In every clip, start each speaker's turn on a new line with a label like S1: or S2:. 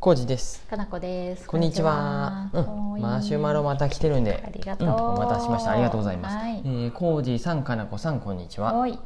S1: コージです。
S2: かなこです。
S1: こんにちは。
S2: こんにちは
S1: うん、マシュマロ。また来てるん
S2: あ
S1: で。
S2: りが
S1: う
S2: とう、
S1: ん、お待たせしました。ありがとうございます。
S2: は
S1: えー、コージさん、かなこさん、こんにちは。
S2: は
S1: う
S2: い
S1: ん、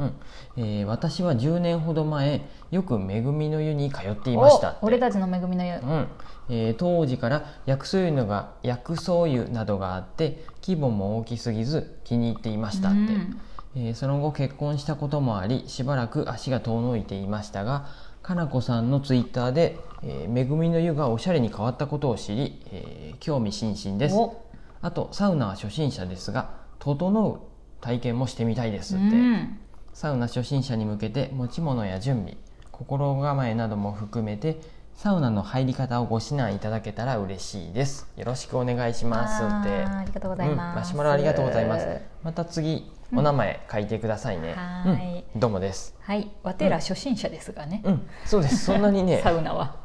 S1: えー私は10年ほど前、よく恵みの湯に通っていましたって。
S2: お俺たちの恵みの湯。
S1: うんえー当時から薬草湯のが薬草湯などがあって規模も大きすぎず気に入っていましたって、
S2: うん
S1: えーその後結婚したこともありしばらく足が遠のいていましたがかなこさんのツイッターで「えー、恵みの湯がおしゃれに変わったことを知り、えー興味津々です
S2: お」
S1: あとサウナは初心者ですが「整う」体験もしてみたいです
S2: う
S1: って、
S2: ん。
S1: サウナ初心者に向けて持ち物や準備心構えなども含めてサウナの入り方をご指南いただけたら嬉しいですよろしくお願いします
S2: あ
S1: って
S2: ーありがとうございます、
S1: うんマシュマロありがとうございますまた次お名前書いてくださいね、
S2: は
S1: う
S2: ー
S1: ん
S2: い
S1: どうもです
S2: はい、わてら初心者ですがね。
S1: うんそうですそんなに ね
S2: サウナは。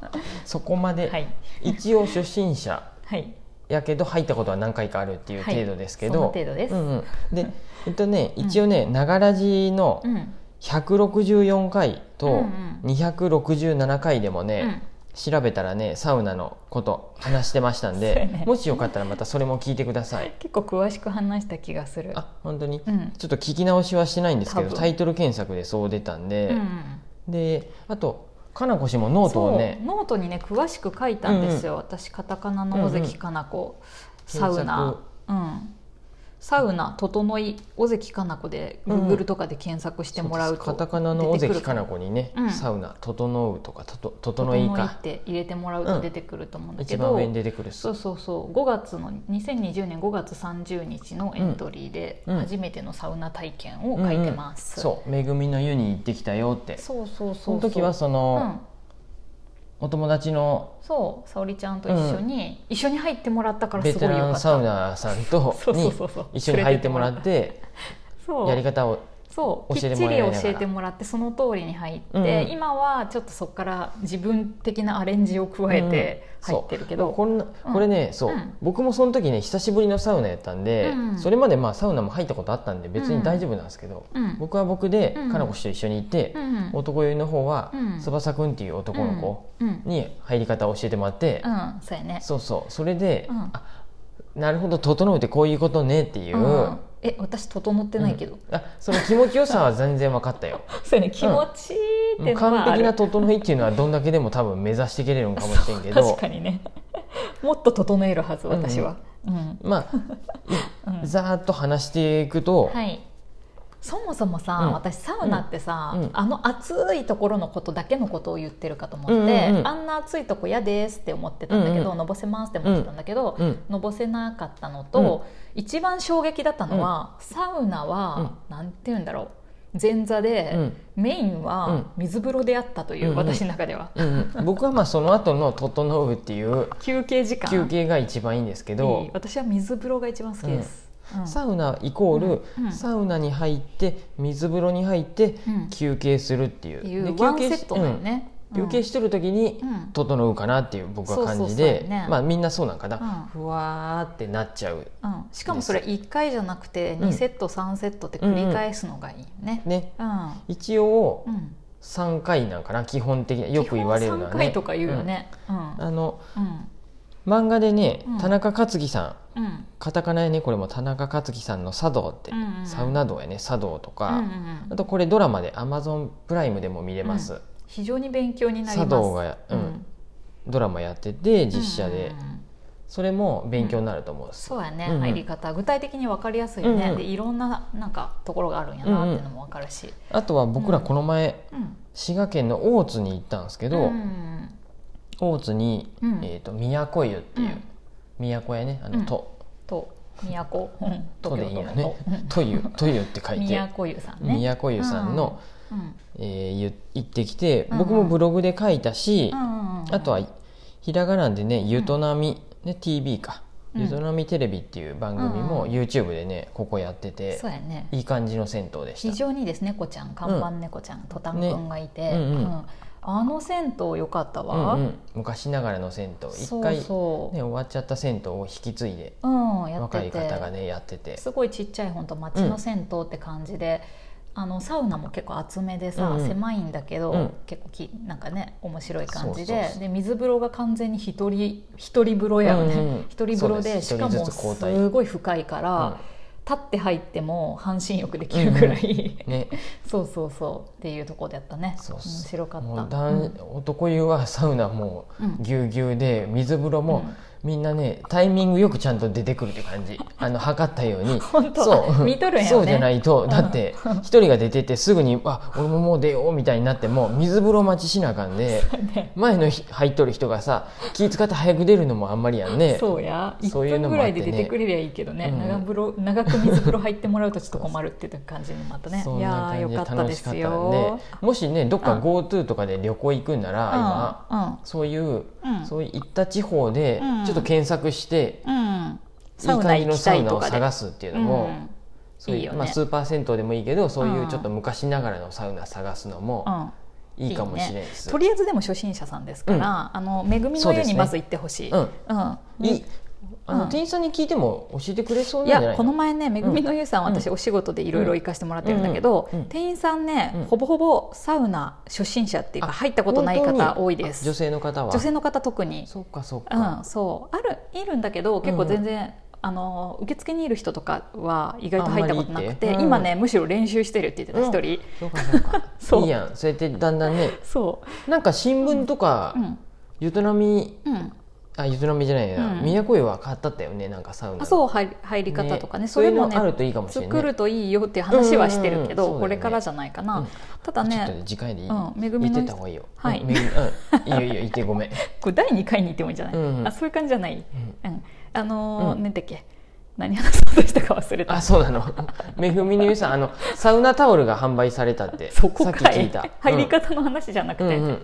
S1: そこまで、
S2: はい。
S1: 一応初心者
S2: はい。
S1: やけど入ったことは何回かあるっていう程度ですけど、
S2: はいその程度です
S1: うんうんでえっとね一応ねながらじの
S2: うん。
S1: 164回
S2: うんう
S1: と
S2: ん
S1: 267回でもね、
S2: うん
S1: 調べたらねサウナのこと話してましたん
S2: そうや
S1: で、
S2: ね
S1: もしよかったらまたそれも聞いてください
S2: 結構詳しく話した気がする。
S1: あ本当に、
S2: うん。
S1: ちょっと聞き直しはしてないんですけ
S2: 多
S1: ど
S2: 分
S1: タイトル検索でそう出たん
S2: う
S1: で、
S2: ん
S1: であとかなこ氏もノート
S2: そう
S1: をね
S2: ノートにね詳しく書いたんですよ、私カタカナの尾関かな子、サウナ、うん、サウナ整い尾関かな子で
S1: う
S2: グ
S1: んう
S2: ー
S1: ん
S2: グルとかで検索してもらうと
S1: カタカナの尾
S2: 出てく
S1: 関
S2: る
S1: かなこにね、
S2: うん
S1: サウナ「整う」とか「とと
S2: 整
S1: 整
S2: い
S1: い
S2: っ
S1: か
S2: て入れてもらう
S1: う
S2: と
S1: ん
S2: 出てくると思うんだけ
S1: 一
S2: ど、
S1: 番上に出てくるっす
S2: そうそうそう5月の2020年5月30日のエントリーで
S1: うん
S2: 初めてのサウナ体験を書いてます、
S1: うんうんそう「恵みの湯に行ってきたよ」ってそ
S2: そうそうそう
S1: の時はそ
S2: うん
S1: の、、お友達の
S2: そう沙織ちゃんと一緒に、一緒に入ってもらったから
S1: ベ
S2: すご
S1: テ
S2: いよ
S1: ラ
S2: かっ
S1: ン
S2: た
S1: サウナーさんと
S2: そうそう
S1: に
S2: そうそう
S1: 一緒に入ってもらって
S2: そう
S1: やり方を
S2: そうきっ
S1: 教
S2: ち
S1: えて
S2: り
S1: も
S2: 教
S1: らいながら
S2: えてもらってその通りに入って、
S1: うんうん
S2: 今はちょっとそこから自分的なアレンジを加えて
S1: うん
S2: 入ってるけど、
S1: そうこんなこれねそう
S2: うん
S1: 僕もその時ね久しぶりのサウナやったんで
S2: うん
S1: それまでまあサウナも入ったことあったんで別に大丈夫なんですけど
S2: うん
S1: 僕は僕で
S2: うん
S1: かなこ氏と一緒に行って
S2: うん
S1: 男湯の方は
S2: うん
S1: 翼くんっていう男の子
S2: うんうん
S1: に入り方を教えてもらって
S2: うんそうやね
S1: そうそうそれで
S2: うん、
S1: あなるほど整うってこういうことねっていううん
S2: え私整ってないけど、
S1: うんあその気持ちよさは全然分か ったよ
S2: そうやね気持ちいいってのは
S1: 完
S2: あ
S1: 璧
S2: る、
S1: な整いっていうのはどんだけでも多分目指していけれるんかもしれんけど
S2: 確かにねもっと整えるはず私は、うん
S1: ま
S2: うん
S1: あざーっと話していくと、
S2: はいそもそもさ、
S1: うん
S2: 私サウナってさ、
S1: うんうん
S2: あの暑いところのことだけのことを言ってるかと思って、
S1: うんうんうん
S2: あんな暑いとこ嫌ですって思ってたんだけど、
S1: うんうん
S2: のぼせますって思ってたんだけど、
S1: うん
S2: のぼせなかったのと、一番衝撃だったのは、サウナは、なんて言うんだろう前座で、メイン
S1: うん
S2: は水風呂であったという、
S1: うんうん
S2: 私の中では
S1: うんうん、僕はまあその後の「整う」っていう
S2: 休憩時間
S1: 休憩が一番いいんですけ
S2: いい
S1: ど、
S2: 私は水風呂が一番好きです、うん
S1: サウナイコール、
S2: うんうん
S1: サウナに入って水風呂に入って
S2: うん
S1: 休憩するっていう,
S2: って
S1: で、
S2: いうワ
S1: 休
S2: ン
S1: 憩
S2: セ
S1: し
S2: ットだよね、
S1: うん休憩してる時に
S2: うん
S1: 「整う」かなっていう僕は感じ
S2: そうそう
S1: で
S2: そうやね
S1: まあみんなそうなんかな、
S2: う
S1: ふわーってなっちゃう
S2: うん、しかもそれ1回じゃなくて
S1: うん
S2: 2セット3セットって繰り返すのがいいよね。
S1: ね
S2: うん
S1: 一応、
S2: うん、
S1: 3回なんかな基本的によく言われるのはね
S2: 基本3回とか言うよね。うん
S1: うんあの
S2: うん
S1: 漫画でね、
S2: うん
S1: 田中克樹さん
S2: うん
S1: カタカナやねこれも田中克樹さんの「茶道」って、
S2: うんうん
S1: サウナ道やね「茶道」と
S2: うんう
S1: か、
S2: んう
S1: あ
S2: ん
S1: とこれドラマでアマゾンプライムでも見れます、
S2: 非常に勉強になりま
S1: 茶
S2: す。
S1: 道が、うんドラマやってて実写で、
S2: うんうんうん
S1: それも勉強になると思うんです、
S2: そうやね、
S1: うんうん
S2: 入り方具体的に分かりやすいよね、
S1: うんうん
S2: でいろんななんかところがあるんやなっていうのも分かるし、
S1: あとは僕らこの前、
S2: うん、
S1: 滋賀県の大津に行ったんですけ
S2: け
S1: ど、
S2: うん
S1: 大津に、
S2: うん
S1: えー、と都湯っていう、
S2: うん
S1: 都やねあの、
S2: うん
S1: と
S2: と都、うん、
S1: とでいいよね
S2: うん
S1: というというって書いて
S2: 都湯さんね。
S1: 都湯さんの、
S2: うんうん
S1: えーゆ行ってきて
S2: うん
S1: 僕もブログで書いたし、
S2: うんうん
S1: あとはひらがなでね「ゆとなみ」ね TV か「
S2: うん
S1: ゆとなみテレビ」っていう番組も
S2: うん
S1: YouTube でねここやってて
S2: そうやね
S1: いい感じの銭湯で
S2: 非
S1: した
S2: 常にです猫ちゃん看板猫ちゃん、トタンくんがいて、
S1: ねうんうん
S2: うんあの銭湯良かったわ、
S1: うんうん昔ながらの銭湯
S2: そ
S1: 一
S2: う
S1: 回、ね、
S2: そう、
S1: 終わっちゃった銭湯を引き継いで
S2: うんやって
S1: 若
S2: て
S1: い方がねやってて
S2: すごいちっちゃい本当町の銭湯って感じで、あのサウナも結構厚めでさ、
S1: うんうん
S2: 狭いんだけど、
S1: うん
S2: 結構きなんかね面白い感じで
S1: そうそうそう
S2: で水風呂が完全に一人一人風呂やよね、
S1: うんうん
S2: 一人風呂
S1: そう
S2: で
S1: です
S2: しか
S1: 一人
S2: も
S1: ずつ交代
S2: すごい深いから、立って入っても半身浴できるぐらい、
S1: うんね、
S2: そうそうそうっていうところでやったね
S1: そうっす
S2: 面白かった
S1: もう
S2: う
S1: 男
S2: ん
S1: 男湯はサウナも
S2: うん
S1: ぎゅうぎゅうで水風呂も
S2: うん
S1: みんなねタイミングよくちゃんと出てくるって感 じあの測ったように
S2: 本当
S1: そう
S2: 見とるんやね
S1: そうじゃないと
S2: ん
S1: だって一人が出ててすぐに「あ俺ももう出よう」みたいになっても水風呂待ちしなあかん で
S2: ね
S1: 前の日入っとる人がさ気使って早く出るのもあんまりやんね
S2: そうや1
S1: そういうのも
S2: 分ぐ
S1: あっ
S2: ら
S1: てね
S2: いで出てくれりゃいいけどね
S1: うん
S2: 長風呂長く水風呂入ってもらうとちょっと困るっていう感じにもあったね
S1: そん
S2: い
S1: な感
S2: やーよ
S1: じで
S2: かった
S1: 楽
S2: で
S1: しかっ
S2: す
S1: たん
S2: よ
S1: でもしねどっか
S2: うん
S1: GoTo とかで旅行行くんなら今
S2: うん
S1: そういう
S2: うん
S1: そういう行った地方で
S2: うん
S1: ちょっと検索して
S2: うん
S1: いい
S2: サウナ
S1: 感じ
S2: 行
S1: の
S2: きた
S1: サウ
S2: い
S1: ナ
S2: と
S1: を
S2: かで
S1: 探すっていうの
S2: う
S1: も
S2: ん
S1: そういう
S2: いいよね
S1: まあ、スーパー銭湯でもいいけどそういううんちょっと昔ながらのサウナ探すのも
S2: うん
S1: いいかもしれないで
S2: ね
S1: す。
S2: とりあえずでも初心者さんですから、
S1: うん
S2: あの恵み
S1: そうで
S2: の湯
S1: すね
S2: にまず行ってほしい。
S1: うん
S2: うん
S1: いいあの、
S2: うん
S1: 店員さんに聞いても教えてくれそう
S2: い
S1: なんじゃな
S2: や
S1: い
S2: この
S1: の
S2: 前ねめぐみのゆうさん、
S1: うん
S2: 私お仕事でいろいろ行かせてもらってるんだけど、
S1: うんうん
S2: 店員さんね、
S1: うん
S2: ほぼほぼサウナ初心者っていう
S1: あ
S2: か入ったことない
S1: 本
S2: 方
S1: 当に
S2: 多いです
S1: あ女性の方は
S2: 女性の方特に
S1: そうかそう
S2: うん
S1: か、
S2: そうあるいるんだけど結構全然、あの受付にいる人とかは意外と入ったこと
S1: あんま
S2: なくて
S1: りいいってうん
S2: 今ねむしろ練習してるって言ってた一人、
S1: そうかそうか
S2: そう
S1: いいやんそうやってだんだんね
S2: そ
S1: なんか新聞とか、
S2: う、うん
S1: ゆとなみ
S2: うん、
S1: あゆとなみじゃないな、
S2: うん
S1: 宮古湯は買ったったよねなんかサウナ
S2: あそう入り入り方とかね
S1: ね
S2: それ
S1: そ
S2: も
S1: ういう
S2: ね
S1: のあるといいかもしれない
S2: 作るといいよっていう話はしてるけど、
S1: うんうんうんそうだよね
S2: これからじゃないかな、
S1: うん
S2: ただ
S1: ちょっとね
S2: ね
S1: 次回でいい、
S2: うんめぐみ
S1: 言っ
S2: の
S1: てた方がいいよ
S2: はい
S1: うんめぐうん いいよいいよ言ってごめん
S2: これ第2回に行ってもいいんじゃない、
S1: うんうん
S2: あそういう感じじゃない、うんあのー
S1: うん
S2: なんだっけ何話そうとしたか忘れた
S1: あそうなのめぐみのゆさんあのサウナタオルが販売されたって
S2: そこ
S1: さ
S2: か
S1: っき聞
S2: い
S1: いた
S2: 入り方の話じゃな
S1: う
S2: く
S1: ん、う
S2: て、
S1: ん
S2: う
S1: うんん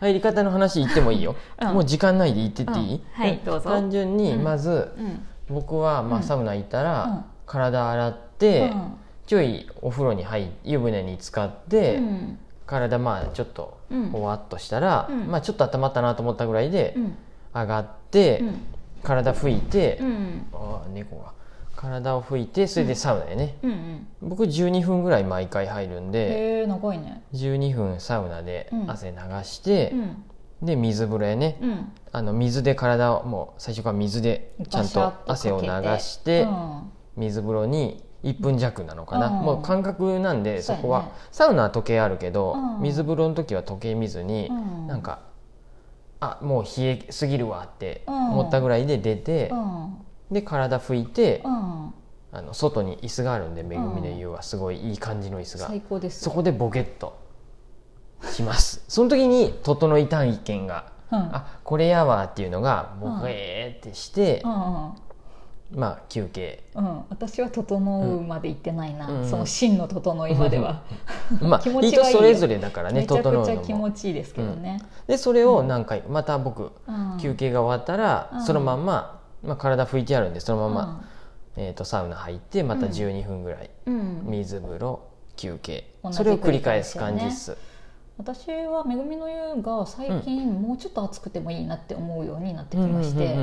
S1: 入り方の話言ってもいいよ、
S2: うん
S1: もう時間ないで言ってっていい、
S2: うんはいどうぞ
S1: 単純に
S2: うん
S1: まず、
S2: うん
S1: 僕はま
S2: う
S1: あ
S2: ん
S1: サウナ行ったら、
S2: うん
S1: 体洗って、ちょいお風呂に入っ湯船に浸かって、
S2: うん
S1: 体まあちょっと
S2: うん
S1: ほわっとしたら、
S2: うん
S1: まあちょっと温まったなと思ったぐらいで
S2: うん
S1: 上がって、
S2: うん
S1: 体拭いて、
S2: うん
S1: あー猫が体を拭いてそれでサウナやね、
S2: うんうん
S1: 僕12分ぐらい毎回入るんで
S2: へえ長いね
S1: 12分サウナで
S2: うん
S1: 汗流して
S2: う、ん
S1: で水風呂やね、
S2: うん
S1: あの水で体をもう最初から水でちゃんと汗を流して、
S2: うん
S1: 水風呂に1分弱なのかな、
S2: うん
S1: もう感覚なんで
S2: そ
S1: そう
S2: やね
S1: こは、サウナは時計あるけど、
S2: うん
S1: 水風呂の時は時計見ずに、
S2: うん
S1: なんかあもう冷えすぎるわって
S2: うん
S1: 思ったぐらいで出て
S2: う、ん
S1: で体拭いて、
S2: うん
S1: あの外に椅子があるんで「めぐみの湯」はすごいいい感じの椅子が、
S2: 最高です
S1: そこでボケっとしますその時に「整いたい意見が」
S2: うん
S1: あこれやわ」っていうのがボケーってして
S2: う、んうん
S1: まあ休 憩
S2: うん、私は整うまで行ってないな、
S1: うん
S2: その真の整いまでは、
S1: まあ
S2: 気持
S1: 人
S2: ちはいいよ
S1: それぞれだからね
S2: めちゃ
S1: 整う
S2: くちゃ
S1: の
S2: 気
S1: も
S2: 持ちいいですけどね、
S1: でそれを何回また僕
S2: うん
S1: 休憩が終わったら、
S2: うん
S1: そのまんま、まあ、体拭いてあるんでそのまま、
S2: う
S1: えー、とサウナ入ってまた
S2: うん
S1: 12分ぐらい、
S2: んうん
S1: 水風呂休憩
S2: 同じ
S1: それを繰り返す感じっす、
S2: 私は「めぐみの湯」が最近もうちょっと暑くてもいいなって思うようになって
S1: うん
S2: き
S1: うんうん
S2: ま
S1: うん
S2: して、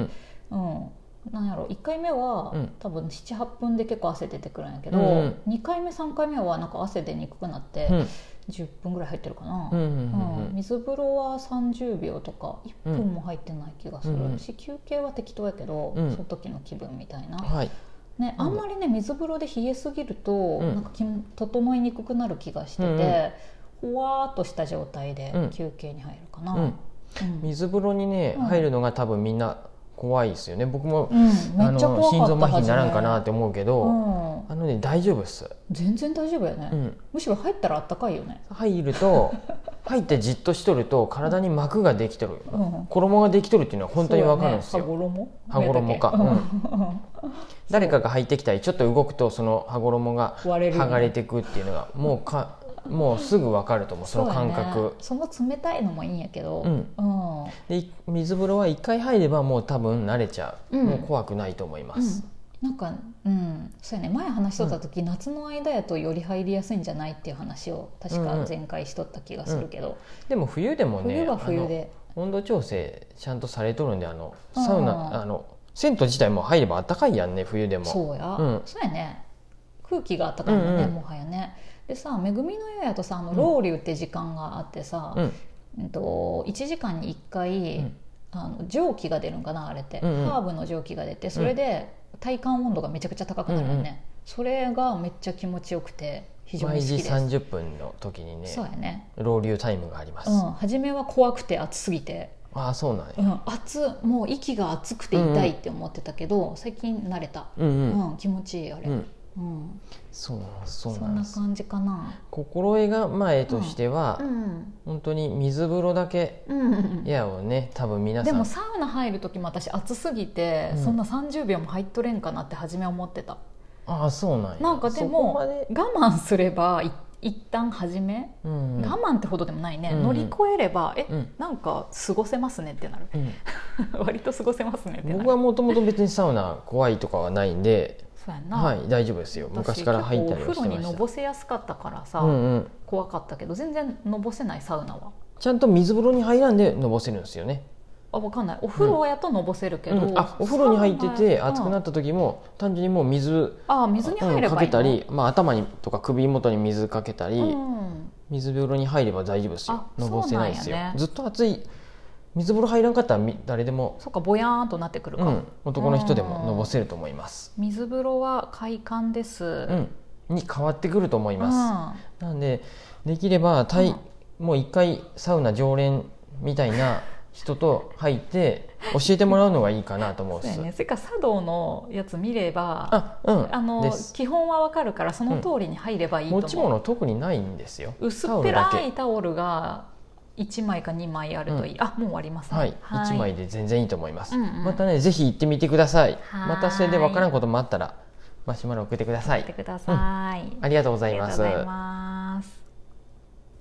S2: うんなんやろ1回目は、
S1: うん
S2: 多分78分で結構汗出てくるんやけど、
S1: うんうん
S2: 2回目3回目はなんか汗出にくくなって、
S1: うん
S2: 10分ぐらい入ってるかな、
S1: うんうんうんうん
S2: うん水風呂は30秒とか1分も入ってない気がする
S1: うん
S2: し、休憩は適当やけど、
S1: うん
S2: その時の気分みたいな、
S1: はい、
S2: ね、
S1: うん
S2: あんまりね水風呂で冷えすぎると、
S1: ん
S2: なんか気も整いにくくなる気がしてて、ほわーっとした状態で
S1: うん
S2: 休憩に入るか
S1: うん
S2: な、うん
S1: 水風呂にね、
S2: うん
S1: 入るのが多分みんな怖いですよね僕も、
S2: うんめっ
S1: あ
S2: ちゃ
S1: の
S2: 怖
S1: 心
S2: か
S1: 臓
S2: った
S1: 麻痺にならんかなっ
S2: 初
S1: て思うけど、
S2: めうん
S1: あのね大丈夫っす、
S2: 全然大丈夫やね、
S1: うん、
S2: むしろ入ったらあったかいよね、
S1: 入ると 入ってじっとしとると体に膜ができとる、
S2: うん、
S1: 衣ができとるっていうのは本当にわかるんですよ、
S2: そうやね
S1: 羽
S2: 羽
S1: 衣
S2: 衣
S1: か
S2: うん
S1: 誰かが入ってきたりちょっと動くとその羽衣が
S2: 割れるよ
S1: 剥
S2: ね
S1: がれていくっていうのがもうかもうすぐわかると思うその感
S2: そうや
S1: 覚
S2: ね、その冷たいのもいいんやけど
S1: うん
S2: うんうん
S1: で水風呂は一回入ればもう多分慣れちゃう、
S2: うん
S1: もう怖くないと思います、
S2: なんか、うん、そうやね前話しとった時、夏の間やとより入りやすいんじゃないっていう話を確
S1: うんうん
S2: か前回しとった気がするけど、
S1: でも冬でもね
S2: 冬は冬で、
S1: あの温度調整ちゃんとされとるんであのサウナ、
S2: うん
S1: あの銭湯自体も入れば暖かいやんね冬でも
S2: そうや、
S1: うん
S2: そうやね空気があったかいもんね、
S1: うんうん
S2: もはやねでさ「めぐみの湯や」とさあのロウリュって時間があってさ、
S1: うん
S2: うんと、1時間に1回、
S1: うん
S2: あの蒸気が出るんかなあれって、
S1: うんうん
S2: ハーブの蒸気が出てそれで体感温度がめちゃくちゃ高くなるよね、
S1: うんうん
S2: それがめっちゃ気持ちよくて非常に
S1: 毎
S2: 好き
S1: 時
S2: です、
S1: 30分の時にね
S2: そうやね
S1: ロウリュタイムがあります、
S2: う
S1: あ
S2: ん初めは怖くて暑すぎて、
S1: あそうなんや
S2: うん、暑もう息が暑くて痛いって思ってたけど、最近慣れた、
S1: うん
S2: う
S1: うん
S2: ん気持ちいいあれ、
S1: う
S2: うん
S1: んそうなんそう
S2: そ
S1: なんんで
S2: な
S1: す
S2: 感じかな
S1: 心得構えとしては、
S2: うん
S1: 本当に水風呂だけ
S2: うんうん
S1: やをね多分皆
S2: で
S1: さん
S2: もサウナ入る時も私暑すぎて、
S1: うん
S2: そんな30秒も入っとれんかなって初め思ってた
S1: ああそうなんや
S2: なんかで
S1: そこ
S2: も
S1: まで
S2: 我慢すればい一旦始め、
S1: うんうん
S2: 我慢ってほどでもないね、
S1: うん
S2: 乗り越えればえ、
S1: うん
S2: なんか過ごせますねってなる
S1: うん
S2: 割と過ごせますねってなる
S1: 僕はもともと別にサウナ怖いとかはないんで、
S2: そうやんな、
S1: はい、大丈夫ですよ
S2: 私
S1: 昔から入ったりは
S2: 結
S1: し
S2: 構お
S1: て
S2: 風呂
S1: ま
S2: にの
S1: した
S2: ぼせやすかったからさ、
S1: うんうん、
S2: 怖かったけど全然のぼせないサウナは
S1: ちゃんと水風呂に入らんでのぼせるんですよね、
S2: あ分かんないお風呂やとのぼせるけど、
S1: うんあお風呂に入ってて熱くな
S2: っ
S1: った時も単純にもう水
S2: ああ水に入れ
S1: うん
S2: ば
S1: か
S2: い
S1: け
S2: い
S1: た
S2: の、
S1: り、まあ、頭にとか首元に水かけたり、
S2: うん、
S1: 水風呂に入れば大丈夫ですよ
S2: あ
S1: のぼせないですよ、
S2: そうなんやね
S1: ずっと暑い水風呂入らんかったらみ誰でも、
S2: そっかぼやーんとなってくる
S1: う
S2: か、
S1: ん、男の人で
S2: う
S1: も
S2: ん
S1: のぼせると思います、
S2: 水風呂は快感です、う
S1: うんん、に変わってくると思います、なんでできれば体、もう一回サウナ常連みたいな人と入って教えてもらうのがいいかなと思うっ
S2: そう
S1: す
S2: やねそれから茶道のやつ見ればあ
S1: あうん
S2: の
S1: です
S2: 基本はわかるからその通りに入ればいいと
S1: 持ち
S2: 思う、
S1: 物特にないんですよ
S2: 薄っ
S1: タオ
S2: ぺ
S1: ルだ
S2: ら
S1: け
S2: いタオルが1枚か2枚あるといい、あもう終わりますね
S1: はい、一枚で全然いいと思います、
S2: うんうん
S1: またねぜひ行ってみてください
S2: はい
S1: またそれでわからんこともあっったらマシュマロ送ってくださ
S2: やって
S1: い
S2: ください、
S1: ありがとうご
S2: あ
S1: ざい
S2: りが
S1: ま
S2: とう
S1: す
S2: ございます